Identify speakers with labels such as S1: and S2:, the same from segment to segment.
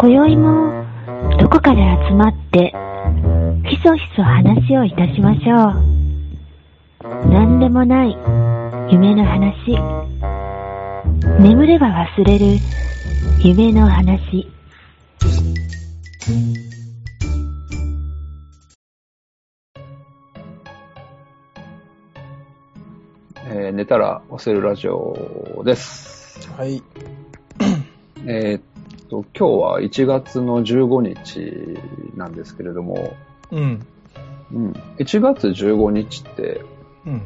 S1: 今宵もどこかで集まってひそひそ話をいたしましょう何でもない夢の話眠れば忘れる夢の話
S2: えー寝たら忘れるラジオです。
S3: はい。
S2: えーっと、今日は1月の15日なんですけれども、
S3: うん。
S2: うん、1月15日って
S3: うん。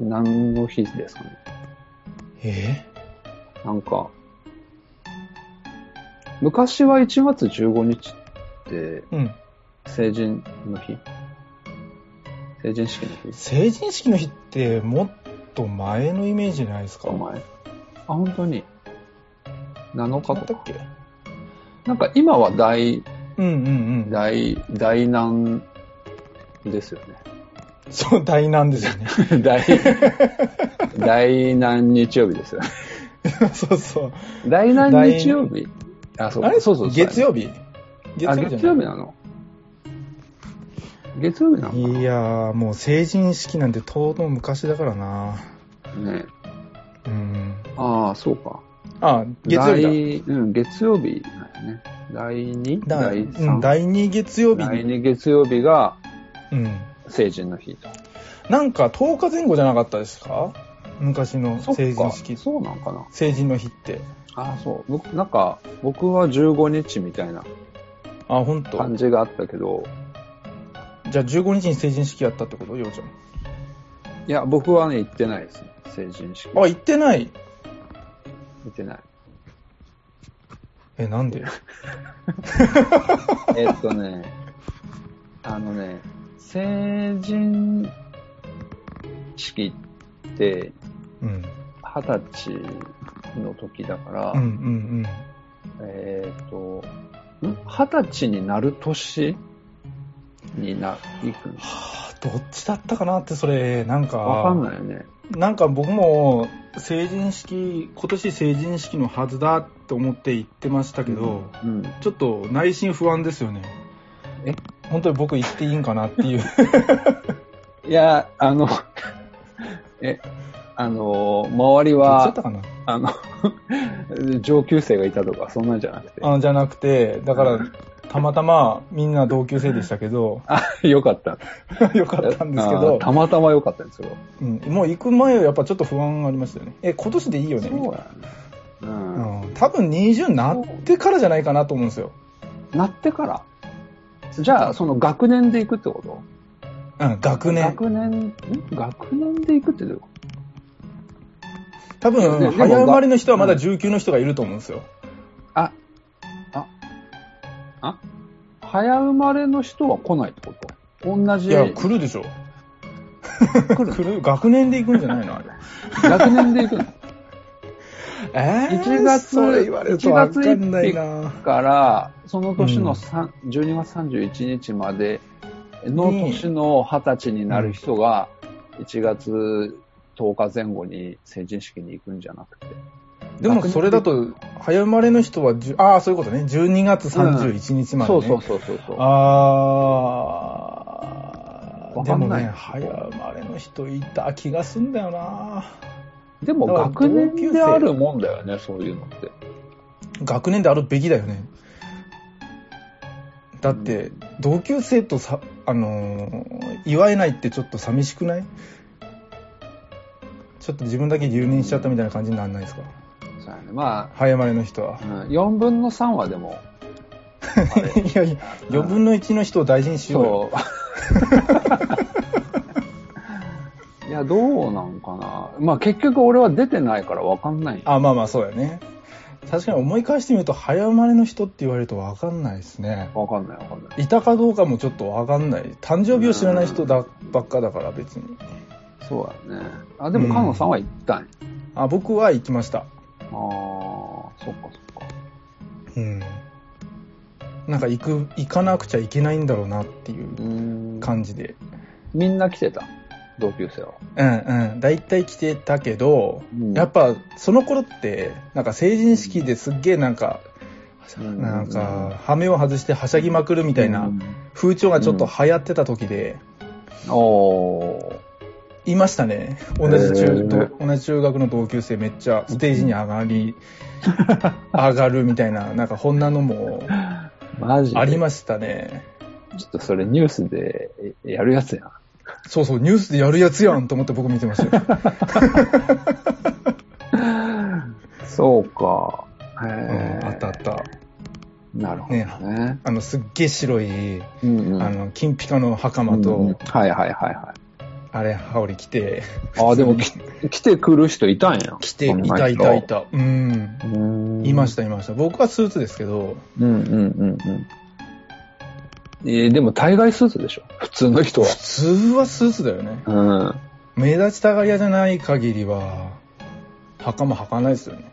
S2: 何の日ですかね
S3: え
S2: なんか、昔は1月15日って
S3: うん。
S2: 成人の日成人式の日です
S3: 成人式の日ってもっと前のイメージないですか
S2: か前。あ、本当に。7
S3: あっ
S2: 日
S3: た
S2: と
S3: っ
S2: か。
S3: け
S2: なんか今は大、
S3: うんうんうん。
S2: 大、大難ですよね。
S3: そう、大難ですよね。
S2: 大、大何日曜日ですよ。
S3: そうそう。
S2: 大何日曜日あ、そう
S3: あれ
S2: そうそうそう。
S3: 月曜日月
S2: あ、
S3: 曜日
S2: 月
S3: じゃ
S2: 曜
S3: な
S2: 日なの月曜日なのか
S3: いいやー、もう成人式なんてとうとう昔だからな。
S2: なね
S3: うん。
S2: ああ、そうか。
S3: あ、月曜日
S2: 日だ。うん、月曜日だよね。第2、
S3: だ。だ
S2: 第
S3: うん、
S2: 3。
S3: 第2月曜日
S2: 第
S3: に。
S2: 2月曜日が
S3: うん。
S2: 成人の日と。
S3: なんか10日前後じゃなかったですか昔の
S2: そっか
S3: 成人式。
S2: そうなんかな。
S3: 成人の日って。
S2: ああ、そう。僕、なんか、僕は15日みたいな
S3: あ、ほんと。
S2: 感じがあったけど、
S3: じゃあ15日に成人式やったってことようちゃん。
S2: いや、僕はね、行ってないですね。成人式。
S3: あ、行ってない。
S2: 行ってない。
S3: え、な んで
S2: えっと ね、あのね、成人式って
S3: うん。
S2: 二十歳の時だから、
S3: うんうん
S2: えっ、と、ん二十歳になる年にな、いく
S3: はあ、どっちだったかなって、それ、なんか、
S2: わかんないよね。
S3: なんか僕も、成人式、今年成人式のはずだって思って行ってましたけど、
S2: うん。
S3: ちょっと内心不安ですよね。
S2: え
S3: 本当に僕行っていいんかなっ ていう。
S2: いや、あの、 え、あの、周り
S3: どっちだっ
S2: は
S3: た、かな
S2: あの、 上級生がいたとか、そんなんじゃなくて。、
S3: あじゃなくて、だから、たまたまみんな同級生でしたけど
S2: あ、 よかった。
S3: よかったんですけ
S2: あ
S3: ど、
S2: たまたま良かったんですよ。
S3: うん、もう行く前はやっぱちょっと不安がありましたよね。え、今年でいいよねみたいな
S2: やね。うん。
S3: うん多分20になってからじゃないかなと思うんですよ。
S2: なってから。じゃあ、その学年で行くってこと
S3: うん、学年。
S2: 学年、ん学年で行くってどういうこ
S3: 多分、
S2: ね
S3: 早生まれの人はまだ
S2: うん
S3: 19の人がいると思うんですよ。
S2: とあ、あ、あ早生まれの人は来ないってこと同じ
S3: いや、来るでしょ。
S2: 来る
S3: 来る学年で行くんじゃないのあれ。
S2: 学年で行くの
S3: え
S2: 1月
S3: それ言われるとわかんないな。
S2: から、 その年
S3: う
S2: の
S3: ん
S2: 三12月31日までの
S3: に
S2: 年の20歳になる人が、1月10日前後に成人式に行くんじゃなくて。
S3: でもそれだと、早生まれの人は10、ああ、そういうことね。12月31日まで、
S2: そ
S3: ね
S2: うそうそうそうそう。
S3: あー
S2: わ
S3: で
S2: かん
S3: も
S2: ない
S3: ね、早生まれの人いた気がすんだよな。
S2: でも
S3: だから
S2: 学年
S3: 同級
S2: で
S3: 生
S2: あるもんだよね、そういうのって。
S3: 学年であるべきだよねだって同級生とさあのー祝えないってちょっと寂しくないちょっと自分だけ留年しちゃったみたいな感じにならないですか
S2: そうやね。ま
S3: 早生まれの人は
S2: あ、うん、4分の3はで も、あれ
S3: いやいや4分の1の人を大事にしよう よ
S2: そう。いや、どうなんかな。まあ結局俺は出てないからわかんない。
S3: あまあまあそうだよね確かに思い返してみると早生まれの人って言われると分かんないですね
S2: わかんないわかんない。
S3: いたかどうかもちょっと分かんない誕生日を知らない人だばっかだから別に
S2: そうやね。あ、でも、菅野さんは行ったんや。
S3: あ僕は行きました
S2: ああ、そっかそっか。
S3: うん、なんか行く行かなくちゃいけないんだろうなっていう
S2: うーん。
S3: 感じで
S2: みんな来てた同級生は。
S3: うんうん大体来てたけど、
S2: うん
S3: やっぱその頃ってなんか成人式ですっげえなんか
S2: うん
S3: なんか、羽目を外してはしゃぎまくるみたいな風潮がちょっと流行ってた時で、
S2: おー。
S3: いましたね。同じ中、
S2: へー
S3: 同じ中学の同級生めっちゃステージに上がり、上がるみたいな、なんかこんなのも
S2: マジで
S3: ありましたね。
S2: ちょっとそれニュースでやるやつやん。
S3: そうそう、ニュースでやるやつやんと思って僕見てましたよ。
S2: そうか。へ
S3: うん
S2: え、
S3: あったあった。
S2: なるほどね。
S3: あの、すっげえ白い、
S2: うんうん
S3: あの、金ピカの袴と、
S2: うんうんはいはいはいは
S3: あれ、羽織着て、
S2: い。ああ、でもき来てくる人いたんや。。
S3: 着て、いたいたい。た。うん。いましたたいました。僕はスーツですけど、
S2: うんうんうんうん。えーでも大概スーツでしょ普通の人は
S3: 普。通はスーツだよね。
S2: うん。
S3: 目立ちたがり屋じゃない限りは、袴履かないですよね。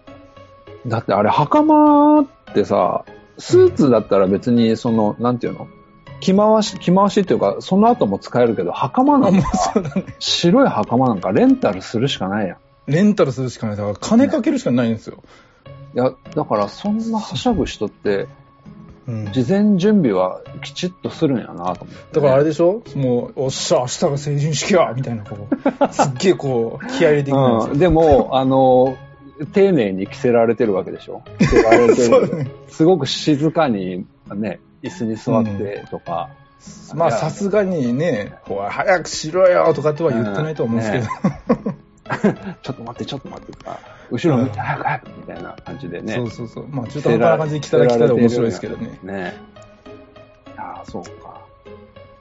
S2: だってあれ、袴ってさ、スーツだったら別に、その、なんていうの着回し、着回しっていうか、その後も使えるけど、袴な
S3: あ、
S2: ん
S3: もう
S2: か、
S3: そうだね。
S2: 白い袴なんかレンタルするしかないやん。
S3: レンタルするしかない。だから金かけるしかないんですよ。
S2: いや、だからそんなはしゃぐ人って、
S3: うん。だ
S2: 事前準備はきちっとするんやなと思って、
S3: からあれ
S2: で
S3: でしょもう、おっしゃ、明日が成人式やみたいな、こう、すっげえこう、気合い入れていくんです
S2: うん、でも、 あの、丁寧に着せられてるわけでしょ着せられて
S3: よ。 そうだ
S2: る。
S3: ね。
S2: すごく静かに、ね、椅子に座ってとか、
S3: まあ、さすがにね、ほら、早くしろよとかとは言ってないと思うんですけど、
S2: ちょっと待って、ちょっと待ってとか、後ろ見て、早く早くみたいな感じでね。
S3: そうそうそう。まあ、中途半端な感じで来たら来たら面白いですけどね。
S2: ねああ、そうか。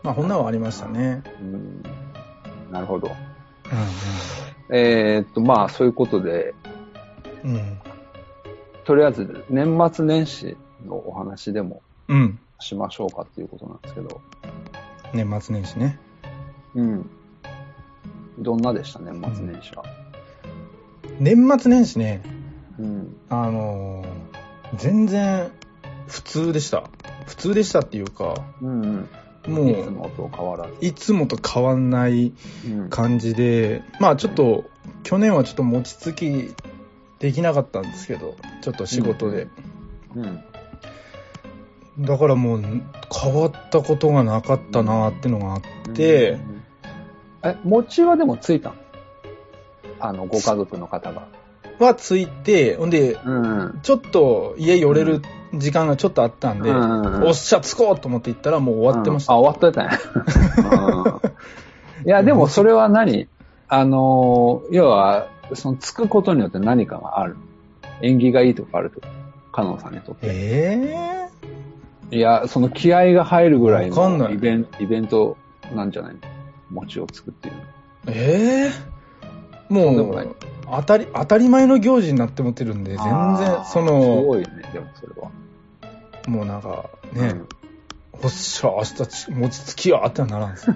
S3: まあ、こんなのはありましたね。
S2: うん。なるほど。
S3: う
S2: えーっと、まあ、そういうことで、
S3: んうん。うん。
S2: とりあえず、年末年始のお話でも
S3: うん。
S2: しましょうかっていうことなんですけど、
S3: 年末年始ね。
S2: うん。どんなでした、年末年始は。
S3: 年末年始ね、
S2: うん。
S3: あのー全然普通でした。普通でしたっていうか、
S2: うん、うん。
S3: も
S2: いつ
S3: う、
S2: もと変わらず。
S3: いつもと変わんない
S2: うん。
S3: 感じで、まあちょっと、去年はちょっと餅つきできなかったんですけど、ちょっと仕事で。
S2: うん。
S3: だからもう、変わったことがなかったなーってのがあって、で
S2: うん、え、餅はでもついたのあの、ご家族の方が。
S3: はついて、ほんで、
S2: うん。
S3: ちょっと家寄れる時間がちょっとあったんで、おっ
S2: し
S3: しゃ、つこうと思って行ったらもう終わってました。
S2: あ、終わってたん や。うんいや、でもそれは何あのー、要は、その、つくことによって何かがある。縁起がいいとかあると。カノンさんにとって。
S3: ええ
S2: いや、その気合が入るぐらい
S3: わかんな
S2: の
S3: い
S2: イベンイベントなんじゃないの餅をつくっていうの
S3: ええ
S2: んでも
S3: も、
S2: ないう
S3: 当たり、当たり前の行事になって思ってるんで、全
S2: あー
S3: 然、
S2: す
S3: その、
S2: ごいね、でもそれは。
S3: もうなんか、
S2: う
S3: ね、
S2: ん
S3: おっしゃ、明日ち、餅つきやってはならんです。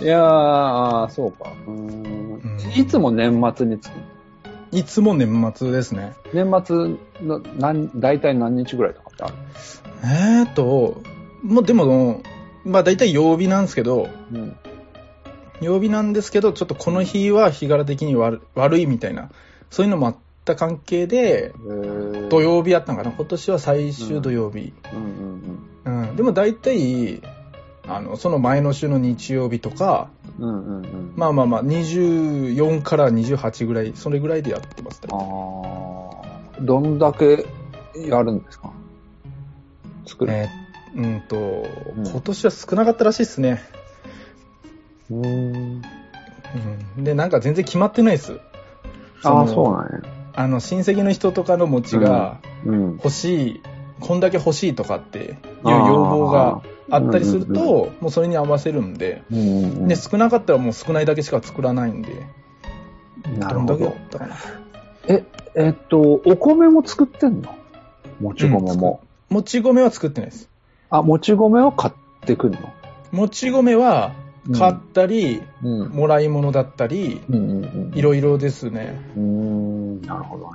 S2: いやー、あーそうか。うーん
S3: うん
S2: いつも年末に着く
S3: いつも年末ですね。
S2: 年末の何、大体何日ぐらいとかってある
S3: えーと、もうでも、まあ大体曜日なんですけど、
S2: うん。
S3: 曜日なんですけど、ちょっとこの日は日柄的に悪悪いみたいな、そういうのもあった関係で、土曜日やったんかな、今年は最終土曜日。
S2: うんうん
S3: うん、でも大体、あの、その前の週の日曜日とか、
S2: うん。うんうんうん。
S3: まあまあまあ、24から28ぐらい、それぐらいでやってますね。
S2: あーどんだけやるんですか作る。
S3: えーうんと、
S2: うん
S3: 今年は少なかったらしいですね。
S2: うーん。
S3: うん、で、なんか全然決まってないです。
S2: ああ、
S3: の
S2: そうなんや。
S3: あの、親戚の人とかの餅が
S2: うん。
S3: 欲しい、こんだけ欲しいとかっていう要望があったりすると、
S2: うん
S3: もうそれに合わせるんで、
S2: うんうんうん
S3: で、少なかったらもう少ないだけしか作らないんで、
S2: なるほ
S3: んだ
S2: ど
S3: け。だったかな。
S2: えっと、お米も作ってんのもち米も。
S3: もち米は作ってないです。
S2: あ、もち米を買ってくんの
S3: もち米は買ったり、
S2: うん。うん
S3: もらい物だったり、
S2: うんうん
S3: いろいろですね。
S2: うーんなるほど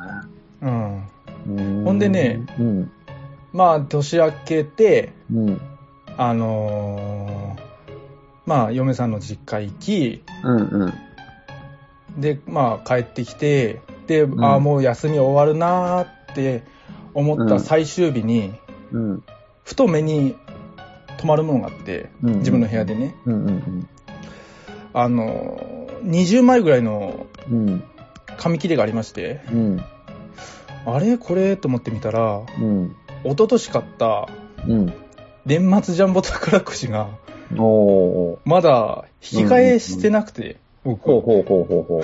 S2: ね。
S3: うん。
S2: ほ
S3: ほんでね、
S2: うん。
S3: まあ、年明けて、
S2: うん。
S3: あのーまあ、嫁さんの実家行き、
S2: うんうん。
S3: で、まあ、帰ってきて、で、
S2: ん
S3: ああ、もう休み終わるなーっって思った最終日に、
S2: うん。
S3: ふと目に止まるものがあって、
S2: うん
S3: 自分の部屋でね、
S2: うんうん
S3: あの、20枚ぐらいの
S2: うん。うん。
S3: 紙切れがありまして、
S2: うん。
S3: あれこれと思ってみたら、
S2: うん。
S3: 一昨年買った
S2: うん。
S3: 年末ジャンボ宝くじが、
S2: おー。
S3: まだ引き換えしてなくて、
S2: ほうほうほうほうほ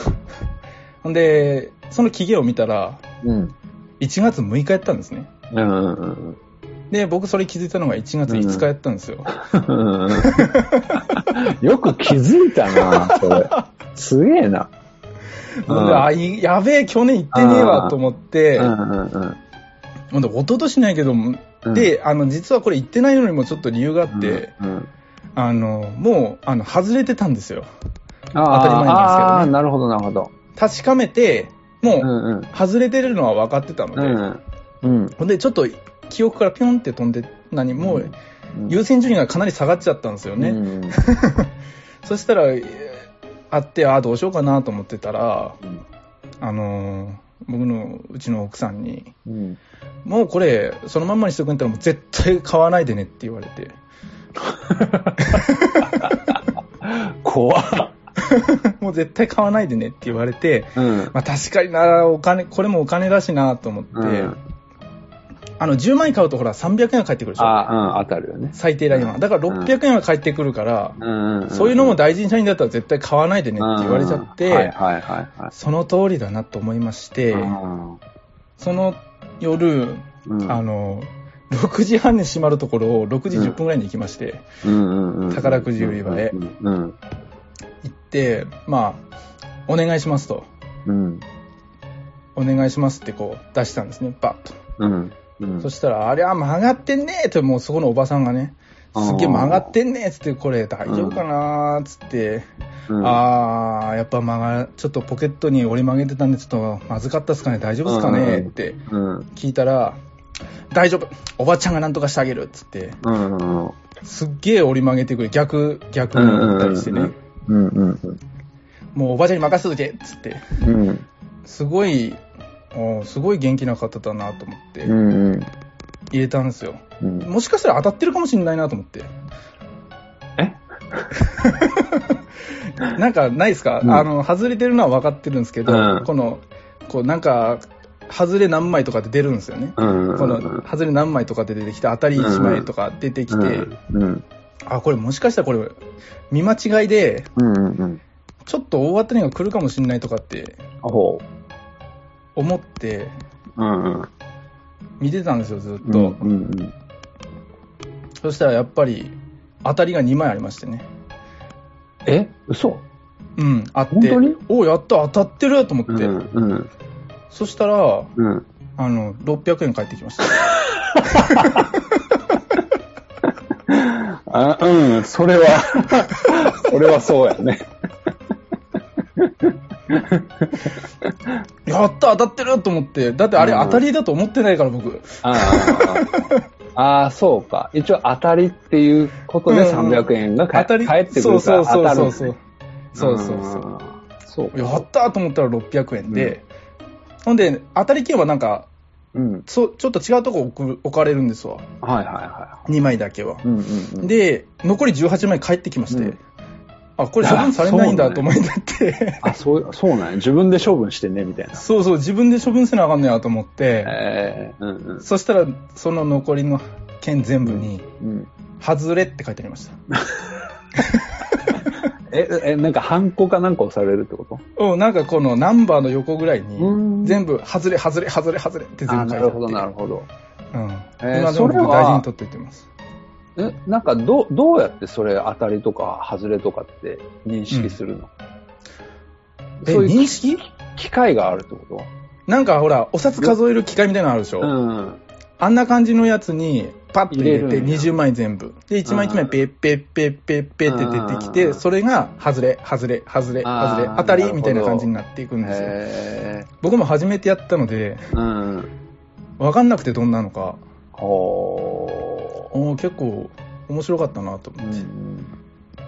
S3: ほんで、その期限を見たら、
S2: う。うん。
S3: 1月6日やったんですね。
S2: うんうんうん
S3: で、僕それ気づいたのが1月5日やったんですよ。
S2: うんうん。よく気づいたな、それ。すげえな。
S3: ほんで、あ、いやべえ、去年行ってねえわと思って、
S2: うんうんうん
S3: ほんで、一昨年なんやけど、
S2: うん。
S3: で、あの、実はこれ行ってないのにもちょっと理由があ
S2: う
S3: っ
S2: ん、
S3: て、
S2: うん
S3: あの、もう、あの、外れてたんですよ。
S2: あー
S3: 当たり前なんですけどね
S2: あーなるほど、なるほど。
S3: 確かめて、も
S2: う
S3: う、
S2: んうん。
S3: 外れてるのは分かってたの
S2: う
S3: で、
S2: んうん。
S3: ほんで、ちょっと、記憶からピョンって飛んで、何もう、
S2: うん。
S3: 優先順位がかなり下がっちゃったんですよね。
S2: うんうん
S3: そしたら、えーあって、ああ、どうしようかなと思ってたら、
S2: うん
S3: あのー僕のうちの奥さんに、
S2: うん。
S3: もうこれ、そのまんまにしとくんだったら、もう絶対買わないでねって言われて、
S2: 怖っ。
S3: もう絶対買わないでねって言われて、
S2: うん。
S3: まあ確かにな、お金、これもお金だしなと思って、
S2: うん
S3: あの、10万円買うとほら300円は返ってくるでしょ
S2: あ、うん、当たるよね。
S3: 最低ラインは。だから600円は返ってくるから、
S2: うんん
S3: そういうのも大事に社員だったら絶対買わないでねって言われちゃ
S2: う
S3: っ
S2: んはい
S3: て、
S2: はいはいはい。
S3: その通りだなと思いまして、その夜、
S2: うん
S3: あの、6時半に閉まるところを6時10分ぐらいに行きまして、宝くじ売り場へ。
S2: うんうん
S3: 行って、まあ、お願いしますと。
S2: うん
S3: お願いしますってこう出したんですね、バッと。
S2: うんうん
S3: そしたら、あれは曲がってんねーって、もうそこのおばさんがね、すっげえ曲がってんねーっつって、これ大丈夫かなーっつって、
S2: うん
S3: あー、やっぱ曲が、ちょっとポケットに折り曲げてたんで、ちょっとまずかったっすかね、大丈夫っすかねーって
S2: うん
S3: 聞いたら、大丈夫おばちゃんがなんとかしてあげるっつって、
S2: うんうん
S3: すっげえ折り曲げてくれ、逆、逆に折ったりしてね、
S2: うんうんうん
S3: もうおばちゃんに任せとけっつって、
S2: うん
S3: すごい、おーすごい元気な方だなと思って
S2: う、んうん
S3: 入れたんですよ。
S2: うん
S3: もしかしたら当たってるかもしれないなと思って。
S2: え
S3: なんかないですか、
S2: うん
S3: あの、外れてるのは分かってるんですけど、
S2: うん
S3: この、こうなんか、外れ何枚とかで出るんですよね。
S2: うんうん
S3: この、外れ何枚とかで出てきて、当たり1枚とか出てきて、
S2: うん
S3: あ、これもしかしたらこれ、見間違いで、
S2: うんうんうん
S3: ちょっと大当たりが来るかもしれないとかって
S2: ほ
S3: 思って、
S2: ううんうん
S3: 見てたんですよ、ずっ
S2: う
S3: と。
S2: んうん
S3: そしたらやっぱり、当たりが2枚ありましてね。
S2: え嘘
S3: うん、あって。
S2: 本当に
S3: おやった、当たってると思って。
S2: うん
S3: そしたら、
S2: うん
S3: あの、600円返ってきました。
S2: あうんそれはそれはそうやね
S3: やった、当たってると思って。だってあれ
S2: うん
S3: 当たりだと思ってないから、僕。
S2: ああ、ああ、そうか。一応当たりっていうことで
S3: うんうん
S2: 300円が
S3: 当
S2: 返
S3: たり、
S2: 返ってく
S3: そう
S2: るか
S3: そ
S2: ら
S3: うそ
S2: 当
S3: う
S2: た
S3: そ
S2: る
S3: う。そうそうそうそう
S2: そう。そう
S3: や
S2: か。
S3: ったと思ったら600円で。ほんで、当たり券はなんか、
S2: うん。
S3: そちょっと違うとこ置く置かれるんですわ。
S2: はいはいは
S3: 2枚だけは。
S2: い。うんうんうん、
S3: で、残り18枚返ってきまして。
S2: うん
S3: あ、これ処分されないん
S2: あそう
S3: だ
S2: ね
S3: と思いなって。
S2: あ、そう、そうなんや。自分で処分してね、みたいな。
S3: そうそう、自分で処分せなあかんねやと思って。
S2: ええうんうん。
S3: そしたら、その残りの件全部に、
S2: うん、
S3: 外れって書いてありました。
S2: え、え、なんか、ハンコかなんか押されるってこと
S3: うん、なんかこのナンバーの横ぐらいに
S2: う、ん
S3: 全部、外れ、外れ、外れ、外れって全部書
S2: あ
S3: いて
S2: な
S3: あって。
S2: るほど、なるほど。
S3: うん。
S2: えー
S3: 今でも
S2: それ
S3: 僕
S2: は
S3: 大事に取っていってます。
S2: え、なんか、どう、どうやってそれ当たりとか、外れとかって認識するの、
S3: え、
S2: そういう
S3: 認識
S2: 機械があるってこ
S3: なんかほら、お札数える機械みたいなのあるでしょ、
S2: とうん。
S3: あんな感じのやつに、パッと入れ
S2: 入れ
S3: て
S2: るんや
S3: 20枚全部。で、1枚1枚
S2: うん
S3: ペッペッペッペッペッって出てきて、
S2: うん
S3: それが、外れ、外れ、外れ、
S2: あー
S3: 外れ、当た
S2: な
S3: り
S2: るほど
S3: みたいな感じになっていくんですよ。
S2: へ
S3: 僕も初めてやったので、
S2: え。うん。
S3: わかんなくてどんなのか。
S2: ほ
S3: おー結構面白かったなと思
S2: う。
S3: っ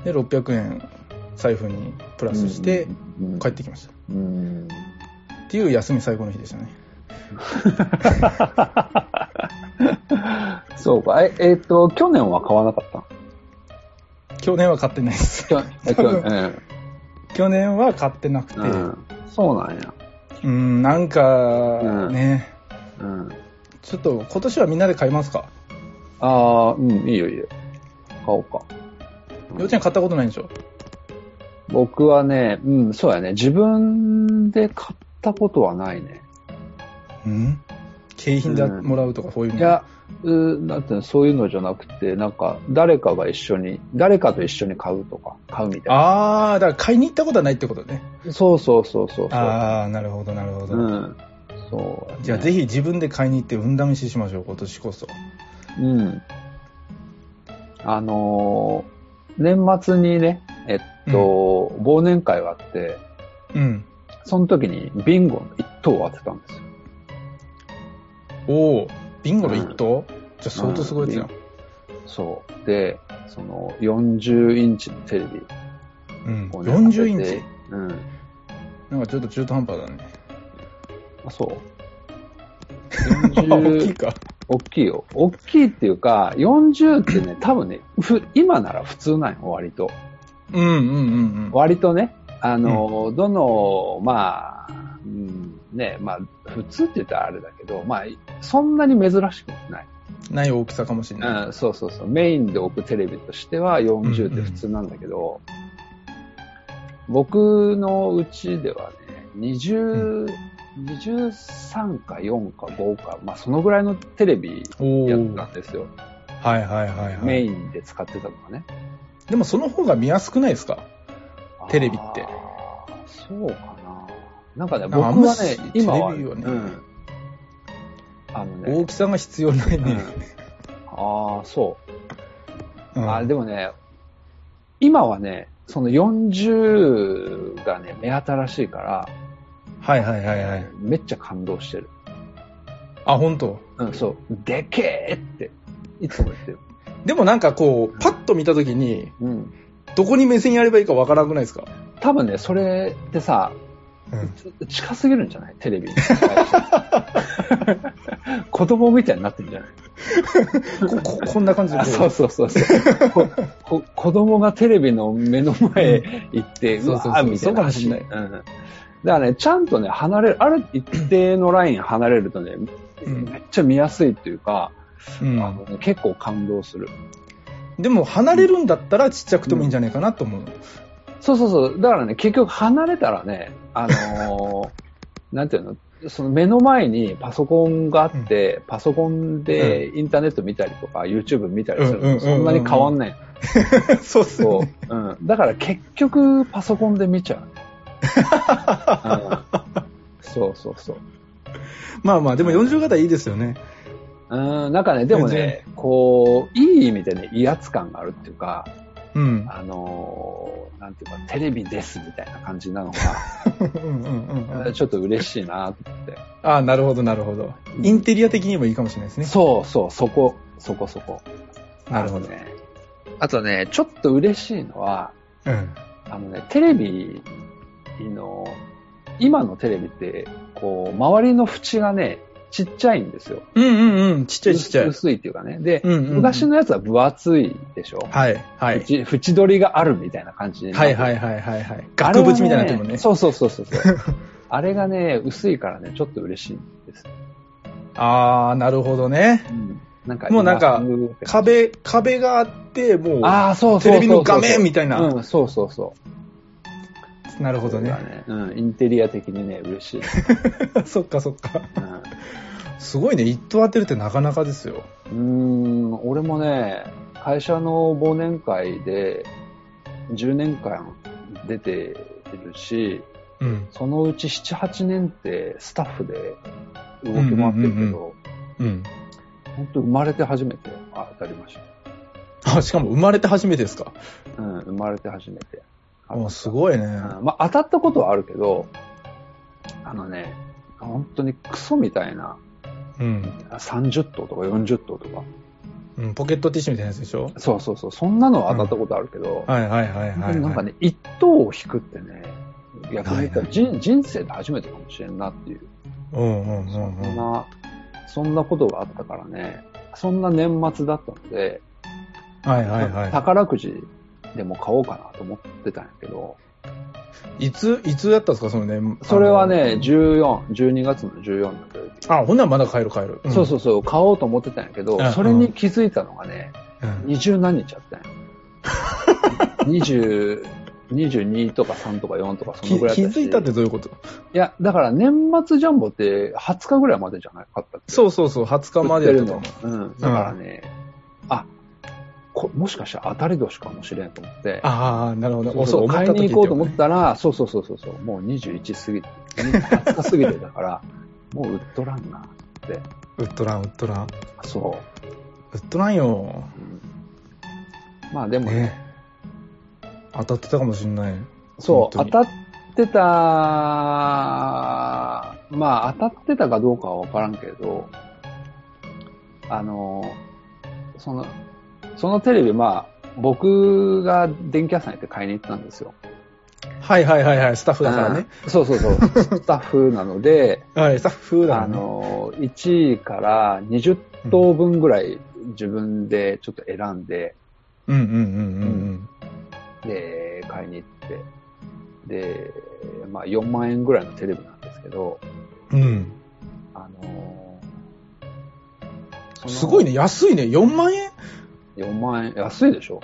S3: て、で600円財布にプラスして帰ってきました、
S2: うん。
S3: っていう休み最後の日でしたね
S2: そうか。え、えっ、と、去年は買わなかったの
S3: 去年は買ってないです。
S2: 去え去年、
S3: 去年は買ってなくて、
S2: うんうん。そうなんや。
S3: うん、なんか
S2: うん
S3: ね、
S2: うん。
S3: ちょっと今年はみんなで買いますか。
S2: ああ、うん、いいよいいよ。買おうか。
S3: 幼稚園買ったことないんでしょ
S2: 僕はね、うん、そうやね。自分で買ったことはないね。
S3: うん景品で
S2: うん
S3: もらうとかそういうの。
S2: いや、うなんていうの、そういうのじゃなくて、なんか、誰かが一緒に、誰かと一緒に買うとか、買うみたい
S3: あー、だから買いに行ったことはないってことね。
S2: な。そうそうそうそうそう。
S3: あー、なるほど、なるほど。
S2: うん。そう、
S3: じゃあぜひ自分で買いに行って運試ししましょう、今年こそ。
S2: うん。あのー年末にね、えっと、忘年会があって、
S3: うん。
S2: その時にビンゴの一等を当てたんですよ。
S3: おー、ビンゴの一等、じゃあ相当すごいやつやん。
S2: そう。で、その40インチのテレビ
S3: うん。
S2: をね、
S3: 40イン
S2: 当てて
S3: チ。
S2: うん。
S3: なんかちょっと中途半端だね。
S2: あ、そう。
S3: 大きい
S2: 40、
S3: か。
S2: 大きいよ。大きいっていうか、40ってね、多分ね、ふ今なら普通なんよ、割と。
S3: うんうんうん
S2: 割とね、あの、どの、まあ、うん、ね、まあ、普通って言ったらあれだけど、まあ、そんなに珍しくない。
S3: うん。ない大きさかもしれない。
S2: うん、そうそうそう。メインで置くテレビとしては40って普通なんだけど、僕のうちではね、20、23か4か5か、まあそのぐらいのテレビ
S3: お
S2: やっ
S3: ー
S2: た。んですよ。
S3: はいはいはいは
S2: メ
S3: い。
S2: インで使ってたのがね。
S3: でもその方が見やすくないですかテレビって
S2: あー。そうかな。なんかね、
S3: なんか
S2: 僕は
S3: あんま
S2: ね
S3: し、
S2: 今は、
S3: テレビはね
S2: うん、あのね
S3: 大、きさが必要ないね。
S2: ああ、そう。
S3: うん
S2: あでもね、今はね、その40がね、目新しいから、
S3: はいはいはいはい。
S2: めっちゃ感動してる。
S3: あ、本当。
S2: うん、そう。でけえって、いつも言ってる。
S3: でもなんかこう、パッと見たときに、
S2: うん。
S3: どこに目線やればいいかわからなくないですか
S2: 多分ね、それってさ、
S3: うん。
S2: ち近すぎるんじゃないテレビに。 子供みたいになってるんじゃない
S3: こ、こ、こんな感じで
S2: あ
S3: こう。
S2: そうそうそうそうここ子供がテレビの目の前行って、う
S3: そう
S2: わ
S3: そうそう
S2: ーみたいな
S3: そうかもしれない
S2: うん。だからね、ちゃんとね、離れる、ある一定のライン離れるとね、
S3: うん
S2: めっちゃ見やすいっていうか、
S3: うん
S2: あのね結構感動する。
S3: でも離れるんだったらちっちゃくてもいいんじゃないかなと思う。
S2: そうそうそう。だからね、結局離れたらね、あの ーなんていうのその目の前にパソコンがあって、パソコンでインターネット見たりとか、YouTube 見たりする
S3: うんうんうんうん
S2: とそんなに変わんない。
S3: そうっす
S2: そ
S3: よね。
S2: う。うん。だから結局、パソコンで見 ちゃう。うんそうそうそう。
S3: まあまあ、でも40型いいですよね。
S2: うん、なんかね、でもね、こう、いい意味でね、威圧感があるっていうか、
S3: うん。
S2: あのーなんていうか、テレビですみたいな感じなの
S3: うんうんうん う
S2: が、
S3: ん。
S2: ちょっと嬉しいなって。
S3: ああ、なるほどなるほど。インテリア的にもいいかもしれないですね。
S2: そうそう、そこ、そこそこ。
S3: なるほど
S2: あのね。あとね、ちょっと嬉しいのは、
S3: うん。
S2: あのね、テレビの、今のテレビって、こう、周りの縁がね、ちっちゃいんですよ。
S3: うんうんうん。ちっちゃいちっちゃい。
S2: 薄いっていうかね。で、
S3: うんうんうん
S2: 昔のやつは分厚いでしょ、
S3: はいはい。
S2: 縁縁取りがあるみたいな感じで。。
S3: はいはいいはいはい
S2: あ
S3: はい。
S2: れ
S3: 額
S2: はね
S3: 縁みたいになってるもんね。
S2: そうそうそうそうそう。 あれがね、薄いからね、ちょっと嬉しいんです。
S3: ああ、なるほどね。
S2: うん、なんか
S3: もうなんか
S2: 今風って
S3: 壁、壁があって、もう、
S2: ああ、そうそうそうそう。
S3: テレビの画面みたいな
S2: うん、そうそうそう。
S3: なるほど
S2: そ
S3: ね。
S2: れがうん、インテリア的にね、嬉しい。
S3: そっかそっか。
S2: うん
S3: すごいね、一等当てるってなかなかですよ。
S2: うーん、俺もね、会社の忘年会で10年間出てるし、
S3: うん。
S2: そのうち7、8年ってスタッフで動き回ってる
S3: うんうんう
S2: け
S3: ん
S2: ど、
S3: うん。
S2: 本当生まれて初めてあ当たりまし
S3: あ、しかも生まれて初めてですか。
S2: た。うん、生まれて初めて。
S3: あすごいね。
S2: うんまあ当たったことはあるけど、あのね、本当にクソみたいな
S3: うん。
S2: 30頭とか40頭とか、
S3: うん、ポケットティッシュみたいなやつでしょ
S2: そうそうそう、そんなのは当たったことあるけど、
S3: はいはいはいはい、はい。
S2: なんかね、一等を引くってね、逆に言った
S3: ない
S2: ら
S3: な
S2: 人人生で初めてかもしれんなっていう。
S3: うんうんう
S2: そ
S3: ん
S2: ん
S3: うん。
S2: な、そんなことがあったからね、そんな年末だったので、
S3: はいはいは
S2: 宝くじでも買おうかなと思ってたんやけど、
S3: い。いつ、いつやったんですか、そのね。
S2: それはね、
S3: あ
S2: 14、12月の14だった時
S3: の、あ、ほんならまだ帰る帰る。
S2: そうそううそう、買おうと思ってたんやけど
S3: うん、
S2: それに気づいたのがね、
S3: ん。うん
S2: 二十何日あ ったんや。20 22とか3とか4とかそ
S3: き
S2: のぐらい
S3: 気
S2: だし
S3: づいたってどういうこと
S2: いや、だから年末ジャンボって20日ぐらいまでじゃなかったっけ
S3: そうそうそう、20日までや
S2: 売
S3: っ
S2: っててる
S3: たと
S2: の
S3: 思。
S2: うん。だからね、あこ、もしかしたら当たり年かもしれんと思って。
S3: ああ、なるほど。
S2: そうそう
S3: お
S2: 買いに行こうと思っ
S3: って
S2: たら、そうそうそうそうそう、もう21過ぎて、20日過ぎてだ から、もう売っとらんな。
S3: ウッドラン、ウッドラン。
S2: そ
S3: ウッドランよ。
S2: う。うんまあでもね、
S3: ね当たってたかもしんない。
S2: そう、当
S3: 本
S2: たってた、まあ当たってたかどうかはわからんけど、あの、その、そのテレビ、まあ、僕が電気屋さん行って買いに行ったんですよ。
S3: はいはいはいはい、スタッフだからね。
S2: うん。そうそうそう。スタッフなので、
S3: はい、スタッフだか
S2: あ
S3: らね。
S2: の、1位から20等分ぐらい自分でちょっと選んで、
S3: うんうんうんうん
S2: で、買いに行って、で、まあ4万円ぐらいのテレビなんですけど、
S3: うん。うん。
S2: あのー
S3: すごい。ね、安いね。4万円
S2: その4万円。安いでしょ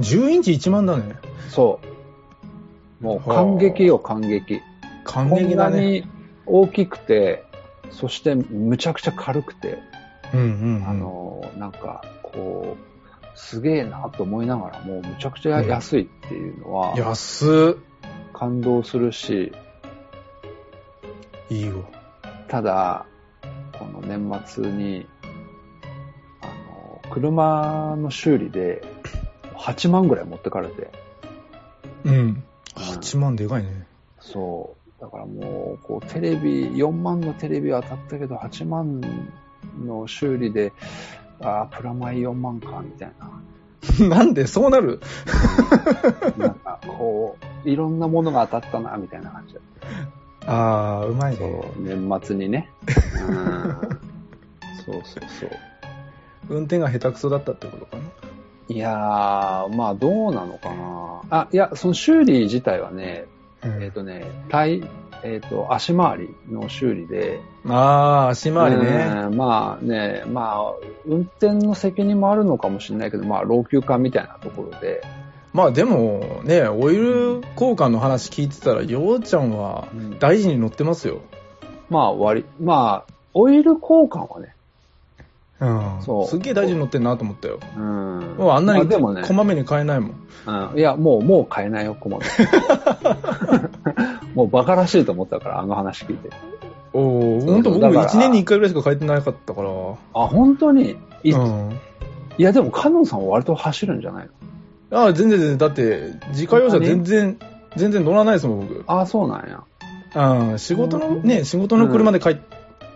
S3: ?10 インチ1万だね。
S2: そう。もう感激よ、感激。
S3: 感
S2: こ
S3: 激
S2: んな
S3: だね。
S2: に大きくて、そしてむちゃくちゃ軽くて、
S3: うんうんうん。
S2: あのーなんか、こう、すげえなと思いながらも、むちゃくちゃ安いっていうのは、
S3: 安
S2: 感動するし、
S3: い。いいよ。
S2: ただ、この年末に、あのー車の修理で、8万ぐらい持ってかれて、
S3: うん。8万でかいね。
S2: そう。だからもう、こう、テレビ、4万のテレビは当たったけど、8万の修理で、ああ、プラマイ4万か、みたいな。
S3: なん でそうなる
S2: なんか、こう、いろんなものが当たったな、みたいな感じだっ
S3: ああ、うま
S2: た
S3: いね。
S2: そう、年末にね。 うん。そうそうそう。
S3: 運転が下手くそだったってことかな。
S2: いやー、まあ、どうなのかな。あ、いや、その修理自体はね、えっ、とね、体、えっ、と、足回りの修理で、
S3: ああ、足回りね。
S2: うんまあね、まあ、運転の責任もあるのかもしれないけど、まあ、老朽化みたいなところで、
S3: まあでもね、オイル交換の話聞いてたら、ようちゃんは大事に乗ってますよ。
S2: まあ、割り、まあ、オイル交換はね、
S3: うん。
S2: そう
S3: すっげえ大事に乗ってんなと思ったよ。
S2: うん。
S3: もうあんな
S2: ま
S3: に
S2: でもね、
S3: こまめに買えないもん。
S2: うん、いや、もう、もう買えないよ、こま め。もう、バカらしいと思ったから、あの話聞いて。
S3: おお、
S2: そう
S3: ほんと僕
S2: だから
S3: 1年に1回ぐらいしか買えてなかったから。う
S2: あ、本当にい,、
S3: ん。
S2: いや、でも、カノンさんは割と走るんじゃないの
S3: ああ、全然全然。だって、自家用
S2: 本当
S3: 車
S2: に
S3: 全然、全然乗らないですもん、僕。
S2: あ、そうなんや。
S3: うん。仕事の、ね、仕事の車で帰っ、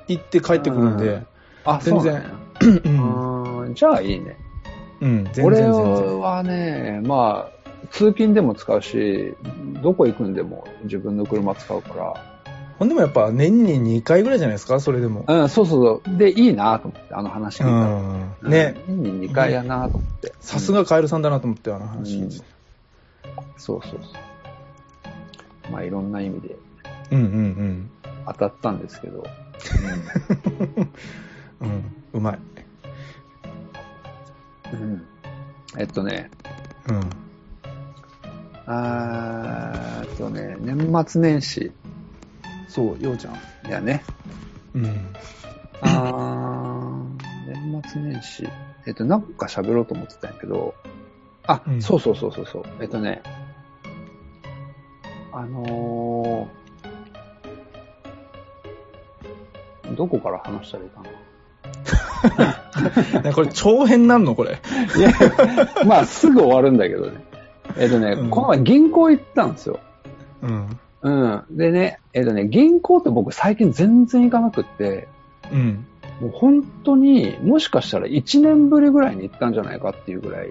S3: 行って帰ってくるんで。
S2: あ、
S3: 全然う。
S2: そうなんんや。うん、じゃあ、いいね。
S3: うん、全然全
S2: 俺
S3: 然。
S2: はね、まあ、通勤でも使うし、どこ行くんでも自分の車使うか
S3: ほんでもやっぱ年に2回ぐらいじゃないですか、それでも。
S2: ら、うん、そうそうそう、で、いいなと思って、あの話聞いたら。
S3: うん。ね、
S2: うん。年に2回やなと思って。
S3: さすがカエルさんだなと思って、あの話聞いて。
S2: そうそうそう。まあ、いろんな意味で
S3: うんうん
S2: 当たったんですけど、
S3: うん。うん、うまい。
S2: うんえっとね、
S3: うん。
S2: あーえっとね、年末年始
S3: そう、ようちゃん。
S2: やね。
S3: うん。
S2: あー年末年始。えっと、なんか喋ろうと思ってたんやけど、あ、
S3: うん
S2: そうそうそうそうそう。えっとね、あのー、どこから話したらいいか
S3: ねこれ長編なんのこれ。
S2: な。まあ、すぐ終わるんだけどね。えっとね、
S3: うん
S2: この前銀行行ったんですよ。
S3: うん。
S2: うん。でね、えっとね、銀行って僕最近全然行かなくって、
S3: うん。
S2: もう本当に、もしかしたら1年ぶりぐらいに行ったんじゃないかっていうぐらい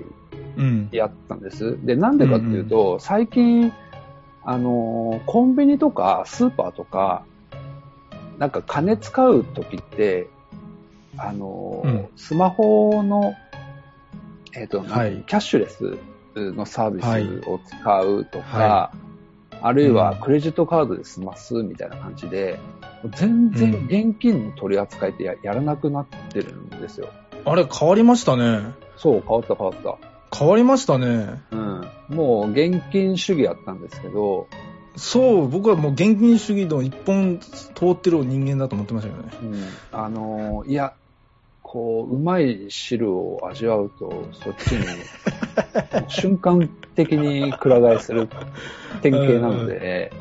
S3: うん。
S2: やったんです。で、なんでかっていうと、最近、あのーコンビニとかスーパーとか、なんか金使う時って、あのー
S3: うん
S2: スマホの、えっ、と、
S3: はい
S2: キャッシュレスのサービ
S3: はい
S2: スを使うとか、
S3: は
S2: あるいは
S3: うん
S2: クレジットカードで済ますみたいな感じで、全然現金の取り扱いってややらなくなってるんですよ。
S3: あれ、変わりましたね。
S2: そう、変わった変わった。
S3: 変わりましたね。
S2: うん。もう現金主義やったんですけど、
S3: そう、僕はもう現金主義の一本通ってる人間だと思ってましたけどね。
S2: うん、あのーいや、こう、うまい汁を味わうと、そっち に、もう瞬間的にくら替えする典型なの で、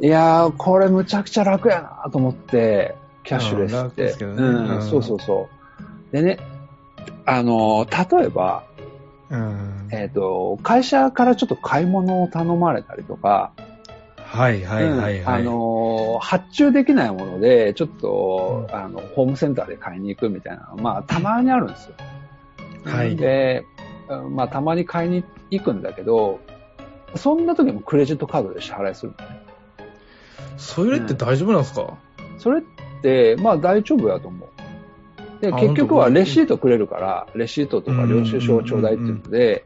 S2: いやー、これむちゃくちゃ楽やなと思って、キャッシュレス
S3: うん
S2: っ
S3: 楽で
S2: て
S3: す。けどね
S2: う、
S3: うんん
S2: そうそうそう。でね、あのー例えば、
S3: うん。
S2: えっ、と、会社からちょっと買い物を頼まれたりとか、
S3: はいはいはいはい。
S2: うんあのー発注できないもので、ちょっと、あの、ホームセンターで買いに行くみたいなのまあ、たまにあるんですよ。
S3: はい
S2: で、うんまあ、たまに買いに行くんだけど、そんな時もクレジットカードで支払いするのね。
S3: それって大丈夫なんですか、
S2: それって、まあ、大丈夫やと思う。で、
S3: あ
S2: 結局は
S3: 本当
S2: レシートくれるから、レシートとか領収書をちょうだいって言うので、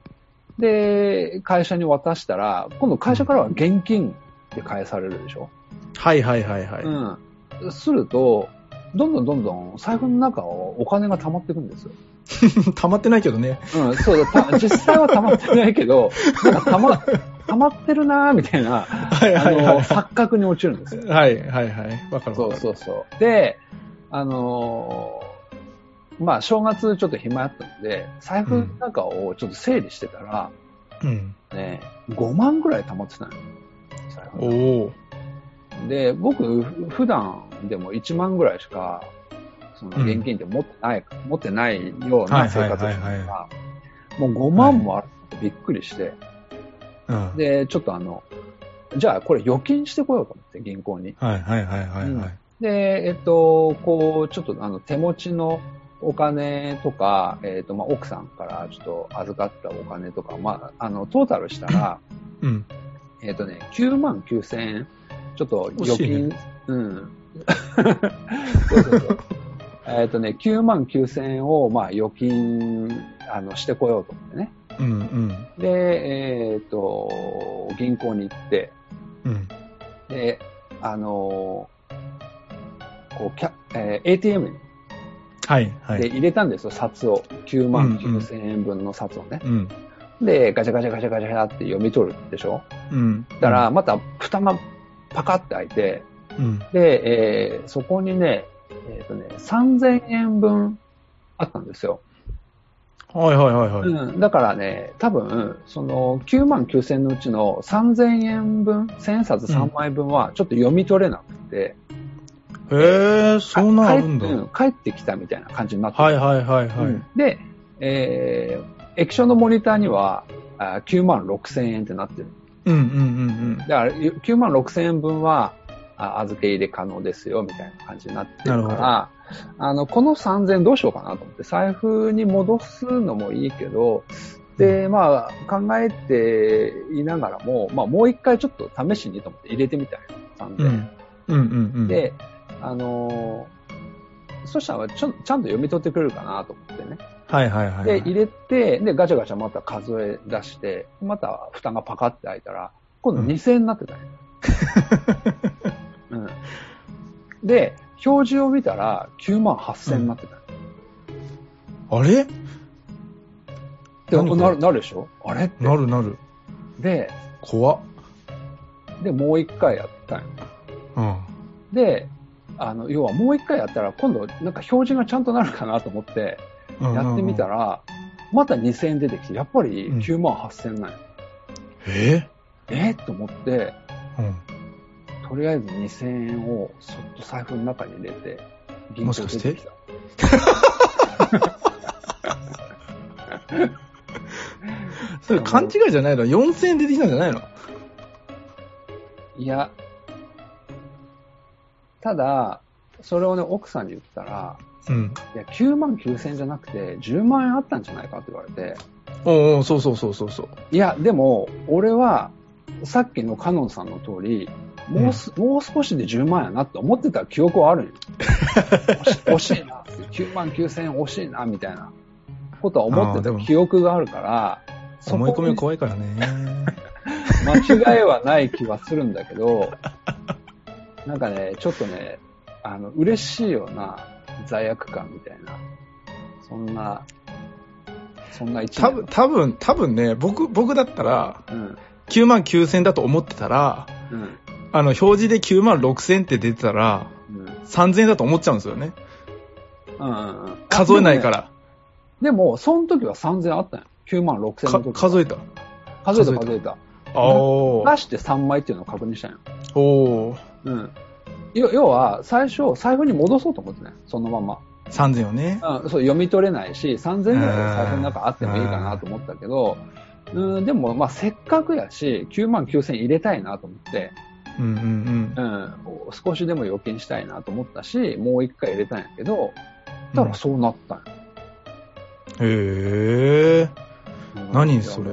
S2: で、会社に渡したら、今度会社からは現金で返されるでしょ。
S3: はいはいはいはい。
S2: うん、すると、どんどんどんどん財布の中をお金が溜まっていくん ですよ。
S3: 溜まってないけどね。
S2: うん、そうだ、た実際は溜まってないけど、なんか溜ま、溜まってるなーみたいな、あ
S3: はいはいは
S2: の、
S3: い。
S2: 錯覚に落ちるんですよ。
S3: はいはいはい。わかる
S2: そ
S3: わ
S2: う
S3: かる。
S2: そうそう。で、あのーまあ、正月ちょっと暇やったので、財布の中をちょっと整理してたら、
S3: うん。
S2: ね、5万ぐらい溜まってたのよ。財布の中
S3: おお。
S2: で、僕、ふ普段でも1万ぐらいしか、その現金って持ってない、持ってないよう
S3: は
S2: ない生活をしてた
S3: はいはい
S2: から、もう5万もあるってびっくりして、
S3: うん。
S2: で、ちょっとあの、じゃあこれ預金してこようと思って、銀行に。
S3: はいはいはいはいはい。
S2: で、えっと、こう、ちょっとあの、手持ちのお金とか、えっと、まあ、奥さんからちょっと預かったお金とか、まあ、あの、トータルしたら、
S3: うん。
S2: えっ、とね、9万9千円。ちょっと預
S3: 惜しい
S2: 金、うん。そうそう そう。えっとね、9万9千円を、まあ、預金、あの、してこようと思ってね。
S3: うんうん。
S2: で、えっ、と、銀行に行って、
S3: うん。
S2: で、あのーこう、キャ、えー ATM に
S3: はいは
S2: で
S3: い。
S2: 入れたんですよ、札を。9万9千円分の札をね。
S3: うん。
S2: で、ガチャガチャガチャガチャって読み取るでしょ
S3: うん。
S2: だから、、また、蓋がパカって開いて、
S3: うん。
S2: で、えーそこにね、えっ、とね、3000円分あったんですよ。
S3: はいはいはいはい。
S2: うん、だからね、多分、その9万9000のうちの3000円分、1000冊3枚分はちょっと読み取れなくて、
S3: へえ、そんなんあるんだ。
S2: 帰っ
S3: は
S2: うん帰ってきたみたいな感じになって、
S3: いはいはいは
S2: うん
S3: い。
S2: で、えー液晶のモニターには、あ9万6000円ってなってる。
S3: うんうんうん
S2: だから、9万6000円分は、あ預け入れ可能ですよ、みたいな感じになってるから、あの、この3000どうしようかなと思って、財布に戻すのもいいけど、で、まあ、考えていながらも、まあ、もう一回ちょっと試しにと思って入れてみたいな、
S3: うん。う
S2: 3000、
S3: ん。うんうんうん。
S2: で、あのーそしたらちょ、ちゃんと読み取ってくれるかなと思ってね。
S3: はいはいはいは
S2: で、
S3: い。
S2: 入れて、で、ガチャガチャまた数え出して、また蓋がパカって開いたら、今度
S3: うん
S2: 2000円にな ってたね。うん。で、表示を見たら9万8000円になってた。
S3: あれ
S2: で
S3: なんで
S2: なる、なるでしょあれって
S3: なるなる。
S2: で、
S3: 怖っ。
S2: で、もう一回やったんよ
S3: うん。
S2: で、あの、要はもう一回やったら今度なんか表示がちゃんとなるかなと思って、やってみた
S3: ら。
S2: ら、また2000円出てきて、やっぱり9万8000円なんよ
S3: え
S2: えーと思って、
S3: うん。
S2: とりあえず2000円をそっと財布の中に入れて、銀
S3: も
S2: 行
S3: し
S2: 出
S3: かして
S2: てきた。
S3: それ勘違いじゃないの ?4000 円出てきたんじゃないの
S2: いや、ただ、それをね、奥さんに言ったら、
S3: うん。
S2: いや、9万9000円じゃなくて、10万円あったんじゃないかって言われて、
S3: おうおうそうそうそうそうそう。
S2: いや、でも、俺は、さっきのカノンさんの通り、もうす、もう少しで10万やなって思ってた記憶はあ るんよ。惜し惜しいなって、9万9000円惜しいな、みたいなことは思って
S3: あーで
S2: た
S3: も
S2: 記憶があるから、そこ
S3: 思い
S2: に
S3: 込みは怖いからね。
S2: 間違いはない気はするんだけ ど、なんかね、ちょっとね、あの、嬉しいような罪悪感みたいな、そんな、そんな一
S3: 多
S2: 年
S3: 分、多分、多分ね、僕、僕だったら、
S2: うん、
S3: 9万9000だと思ってたら、
S2: うん、
S3: あの、表示で9万6000って出てたら、
S2: うん、
S3: 3000円だと思っちゃうんですよね。
S2: うん、うん。。
S3: 数えないからら。
S2: でも、その時は3000あったんよ。9万6000の
S3: か
S2: 時。
S3: 数えた。
S2: 数えた
S3: 数えた
S2: 数えた。
S3: ああ。お
S2: 出して3枚っていうのを確認したんよ。
S3: お。
S2: うん。要要は、最初、財布に戻そうと思ってね、そのまま。
S3: 3000をね。
S2: うん、そう読み取れないし、3000円ぐらいは財布の中あってもいいかなと思ったけど、うん、でも、まあ、せっかくやし、9万9000入れたいなと思って、
S3: うんうん
S2: うん、少しでも預金したいなと思ったし、もう一回入れたんやけど、だからそうなったんや。
S3: うん。へえ。
S2: うん
S3: 何それ。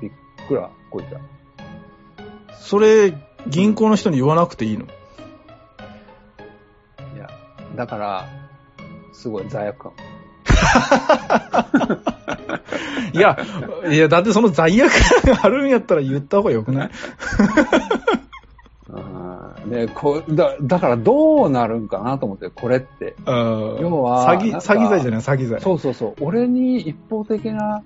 S2: びっくら、こいつら。
S3: それ、銀行の人に言わなくていいの
S2: いや、だから、すごい罪悪感。
S3: いや、いや、だってその罪悪感があるんやったら言った方がよくない
S2: うん、でこうだだからどうなるんかなと思って、これって。
S3: あー
S2: 要は
S3: 詐欺、
S2: なんか
S3: 詐欺罪じゃない、詐欺罪。
S2: そうそうそう、俺に一方的な、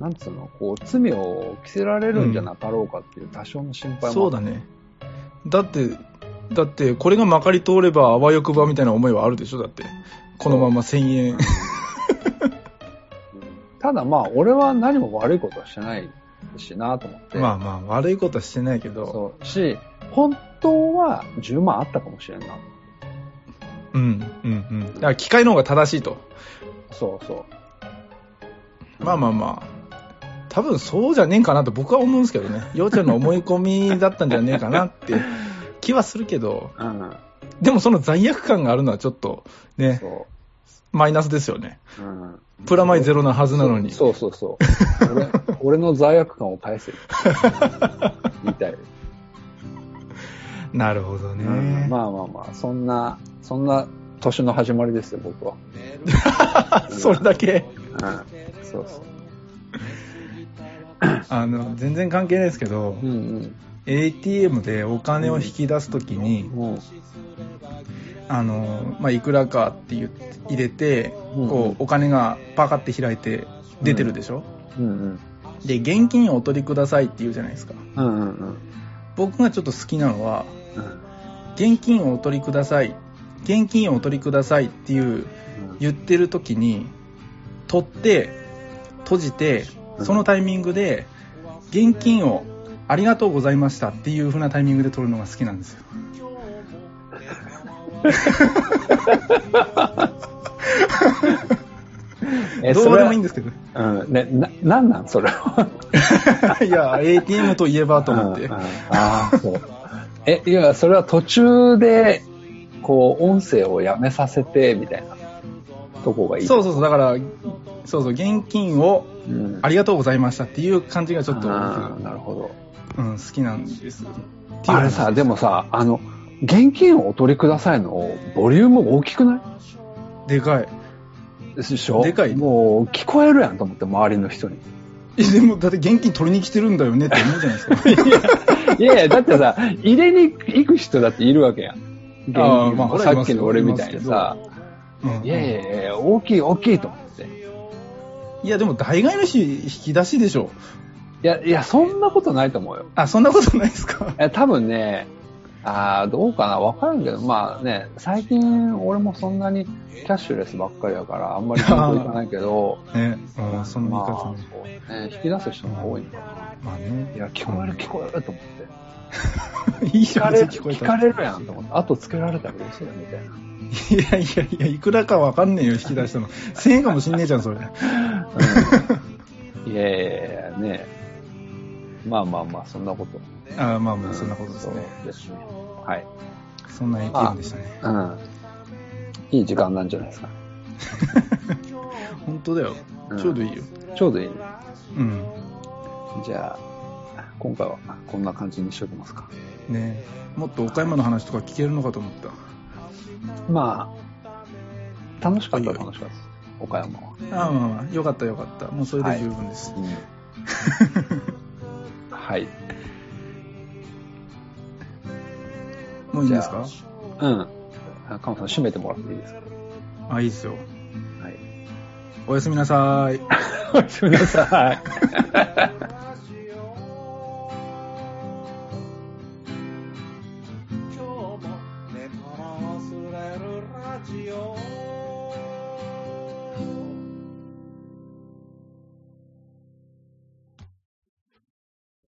S2: なんつうの、こう、罪を着せられるんじゃなかろうかっていう多少の心配も。
S3: そうだね。だって、だって、これがまかり通れば、あわよくばみたいな思いはあるでしょ、だって。このまま1000円。
S2: ただまあ、俺は何も悪いことはしてないしなと思って。
S3: まあまあ、悪いことはしてないけど、
S2: そう。し、本当は10万あったかもしれんな。
S3: うん、うん、うん。だから、機械の方が正しいと。
S2: そうそう。
S3: まあまあまあ。多分そうじゃねえかなと僕は思うんですけどね。ようちゃんの思い込みだったんじゃねえかなって気はするけど、
S2: うん。
S3: でもその罪悪感があるのはちょっとね、
S2: そ
S3: マイナスですよね。
S2: う。うん。
S3: プラマイゼロなはずなのに。
S2: そうそうそう。俺俺の罪悪感を返 せ。みたい。
S3: なるほどね。
S2: うんまあまあまあ、そんな、そんな年の始まりですよ、僕は。
S3: それだけ、
S2: うん。そうそう。
S3: あの、全然関係ないですけど、
S2: うん
S3: ATM でお金を引き出すときに
S2: う、ん。うん。
S3: あの、まあ、いくらかって言って入れて、
S2: うん
S3: こう、お金がパカって開いて出てるでしょ、
S2: うん
S3: で、現金をお取りくださいって言うじゃないですか。
S2: うん。うんうんうん。
S3: 僕がちょっと好きなのは、
S2: うん
S3: 現金をお取りください。現金をお取りくださいっていう言ってる時に、取って、閉じて、そのタイミングで、現金をありがとうございましたっていう風なタイミングで取るのが好きなんですよ。
S2: え
S3: どうでもいいん
S2: だ。
S3: で すけど。
S2: うん。ね、な、なんなんそれは。
S3: いや、ATM といえばと思って
S2: うん。うんああ、そう。え、いや、それは途中で、こう、音声をやめさせて、みたいなとこがいい。
S3: そうそうそう、だから、そうそう、現金を
S2: うん。
S3: ありがとうございましたっていう感じがちょっと
S2: あー
S3: 僕、
S2: なるほど。
S3: うん、好きなんです。っていう
S2: あれさ、でもさ、あの、現金をお取りくださいのボリューム大きくな
S3: でかい。
S2: いでしょ
S3: でかい
S2: もう聞こえるやんと思って、周りの人に。
S3: え、でも、だって現金取りに来てるんだよねって思うじゃないですか。
S2: いやいや、だって さ、入れに行く人だっているわけやん。現
S3: あ
S2: 金
S3: ーまあ
S2: もさっきの俺みたいにさ、
S3: うん
S2: いやいやいや、大きい大きいと思って。
S3: いや、でも大概の人引き出しでしょ。
S2: いや、いや、そんなことないと思うよ。
S3: あ、そんなことないですか。
S2: え多分ね、あーどうかな、わかるけど、まあね、最近俺もそんなにキャッシュレスばっかりだから、あんまり銀行行かないけ ど、
S3: ね。うん、その言い方
S2: まあ、
S3: ね。
S2: そうね、引き出す人が多いんだ
S3: まあね。
S2: い や、聞こえる聞こえると思って。
S3: いい
S2: 聞
S3: じゃ
S2: か
S3: ん、
S2: れる、
S3: 別に聞こえ
S2: 聞
S3: た。
S2: かられるやんと思って、後つけられたら嘘だみたいな。
S3: いやいやいや、いくらかわかんねえよ、引き出した の。1000円かもしんねえじゃん、それ。
S2: いやいやいや、ねまあまあまあ、そんなこと。
S3: あまあまあ、そんなことですね。
S2: そうですね。はい。
S3: そんな ATM でしたね。
S2: うん。いい時間なんじゃないですか。
S3: 本当だよ
S2: うん。
S3: ちょうどいいよ。
S2: ちょうどいい。
S3: うん。
S2: じゃあ、今回はこんな感じにしておきますか。
S3: ねもっと岡山の話とか聞けるのかと思った。
S2: まあ、楽しかったら楽しかったです。岡山は。
S3: ああ、まあまあ、よかったよかった。もうそれで十分です。
S2: うんはい。
S3: もういいんですか
S2: うん。あカモさん、締めてもらっていいですか
S3: あいいですよ。
S2: はい。
S3: おやすみなさーい。
S2: お やすみなさい。
S4: 今日も寝たら忘れるラジオ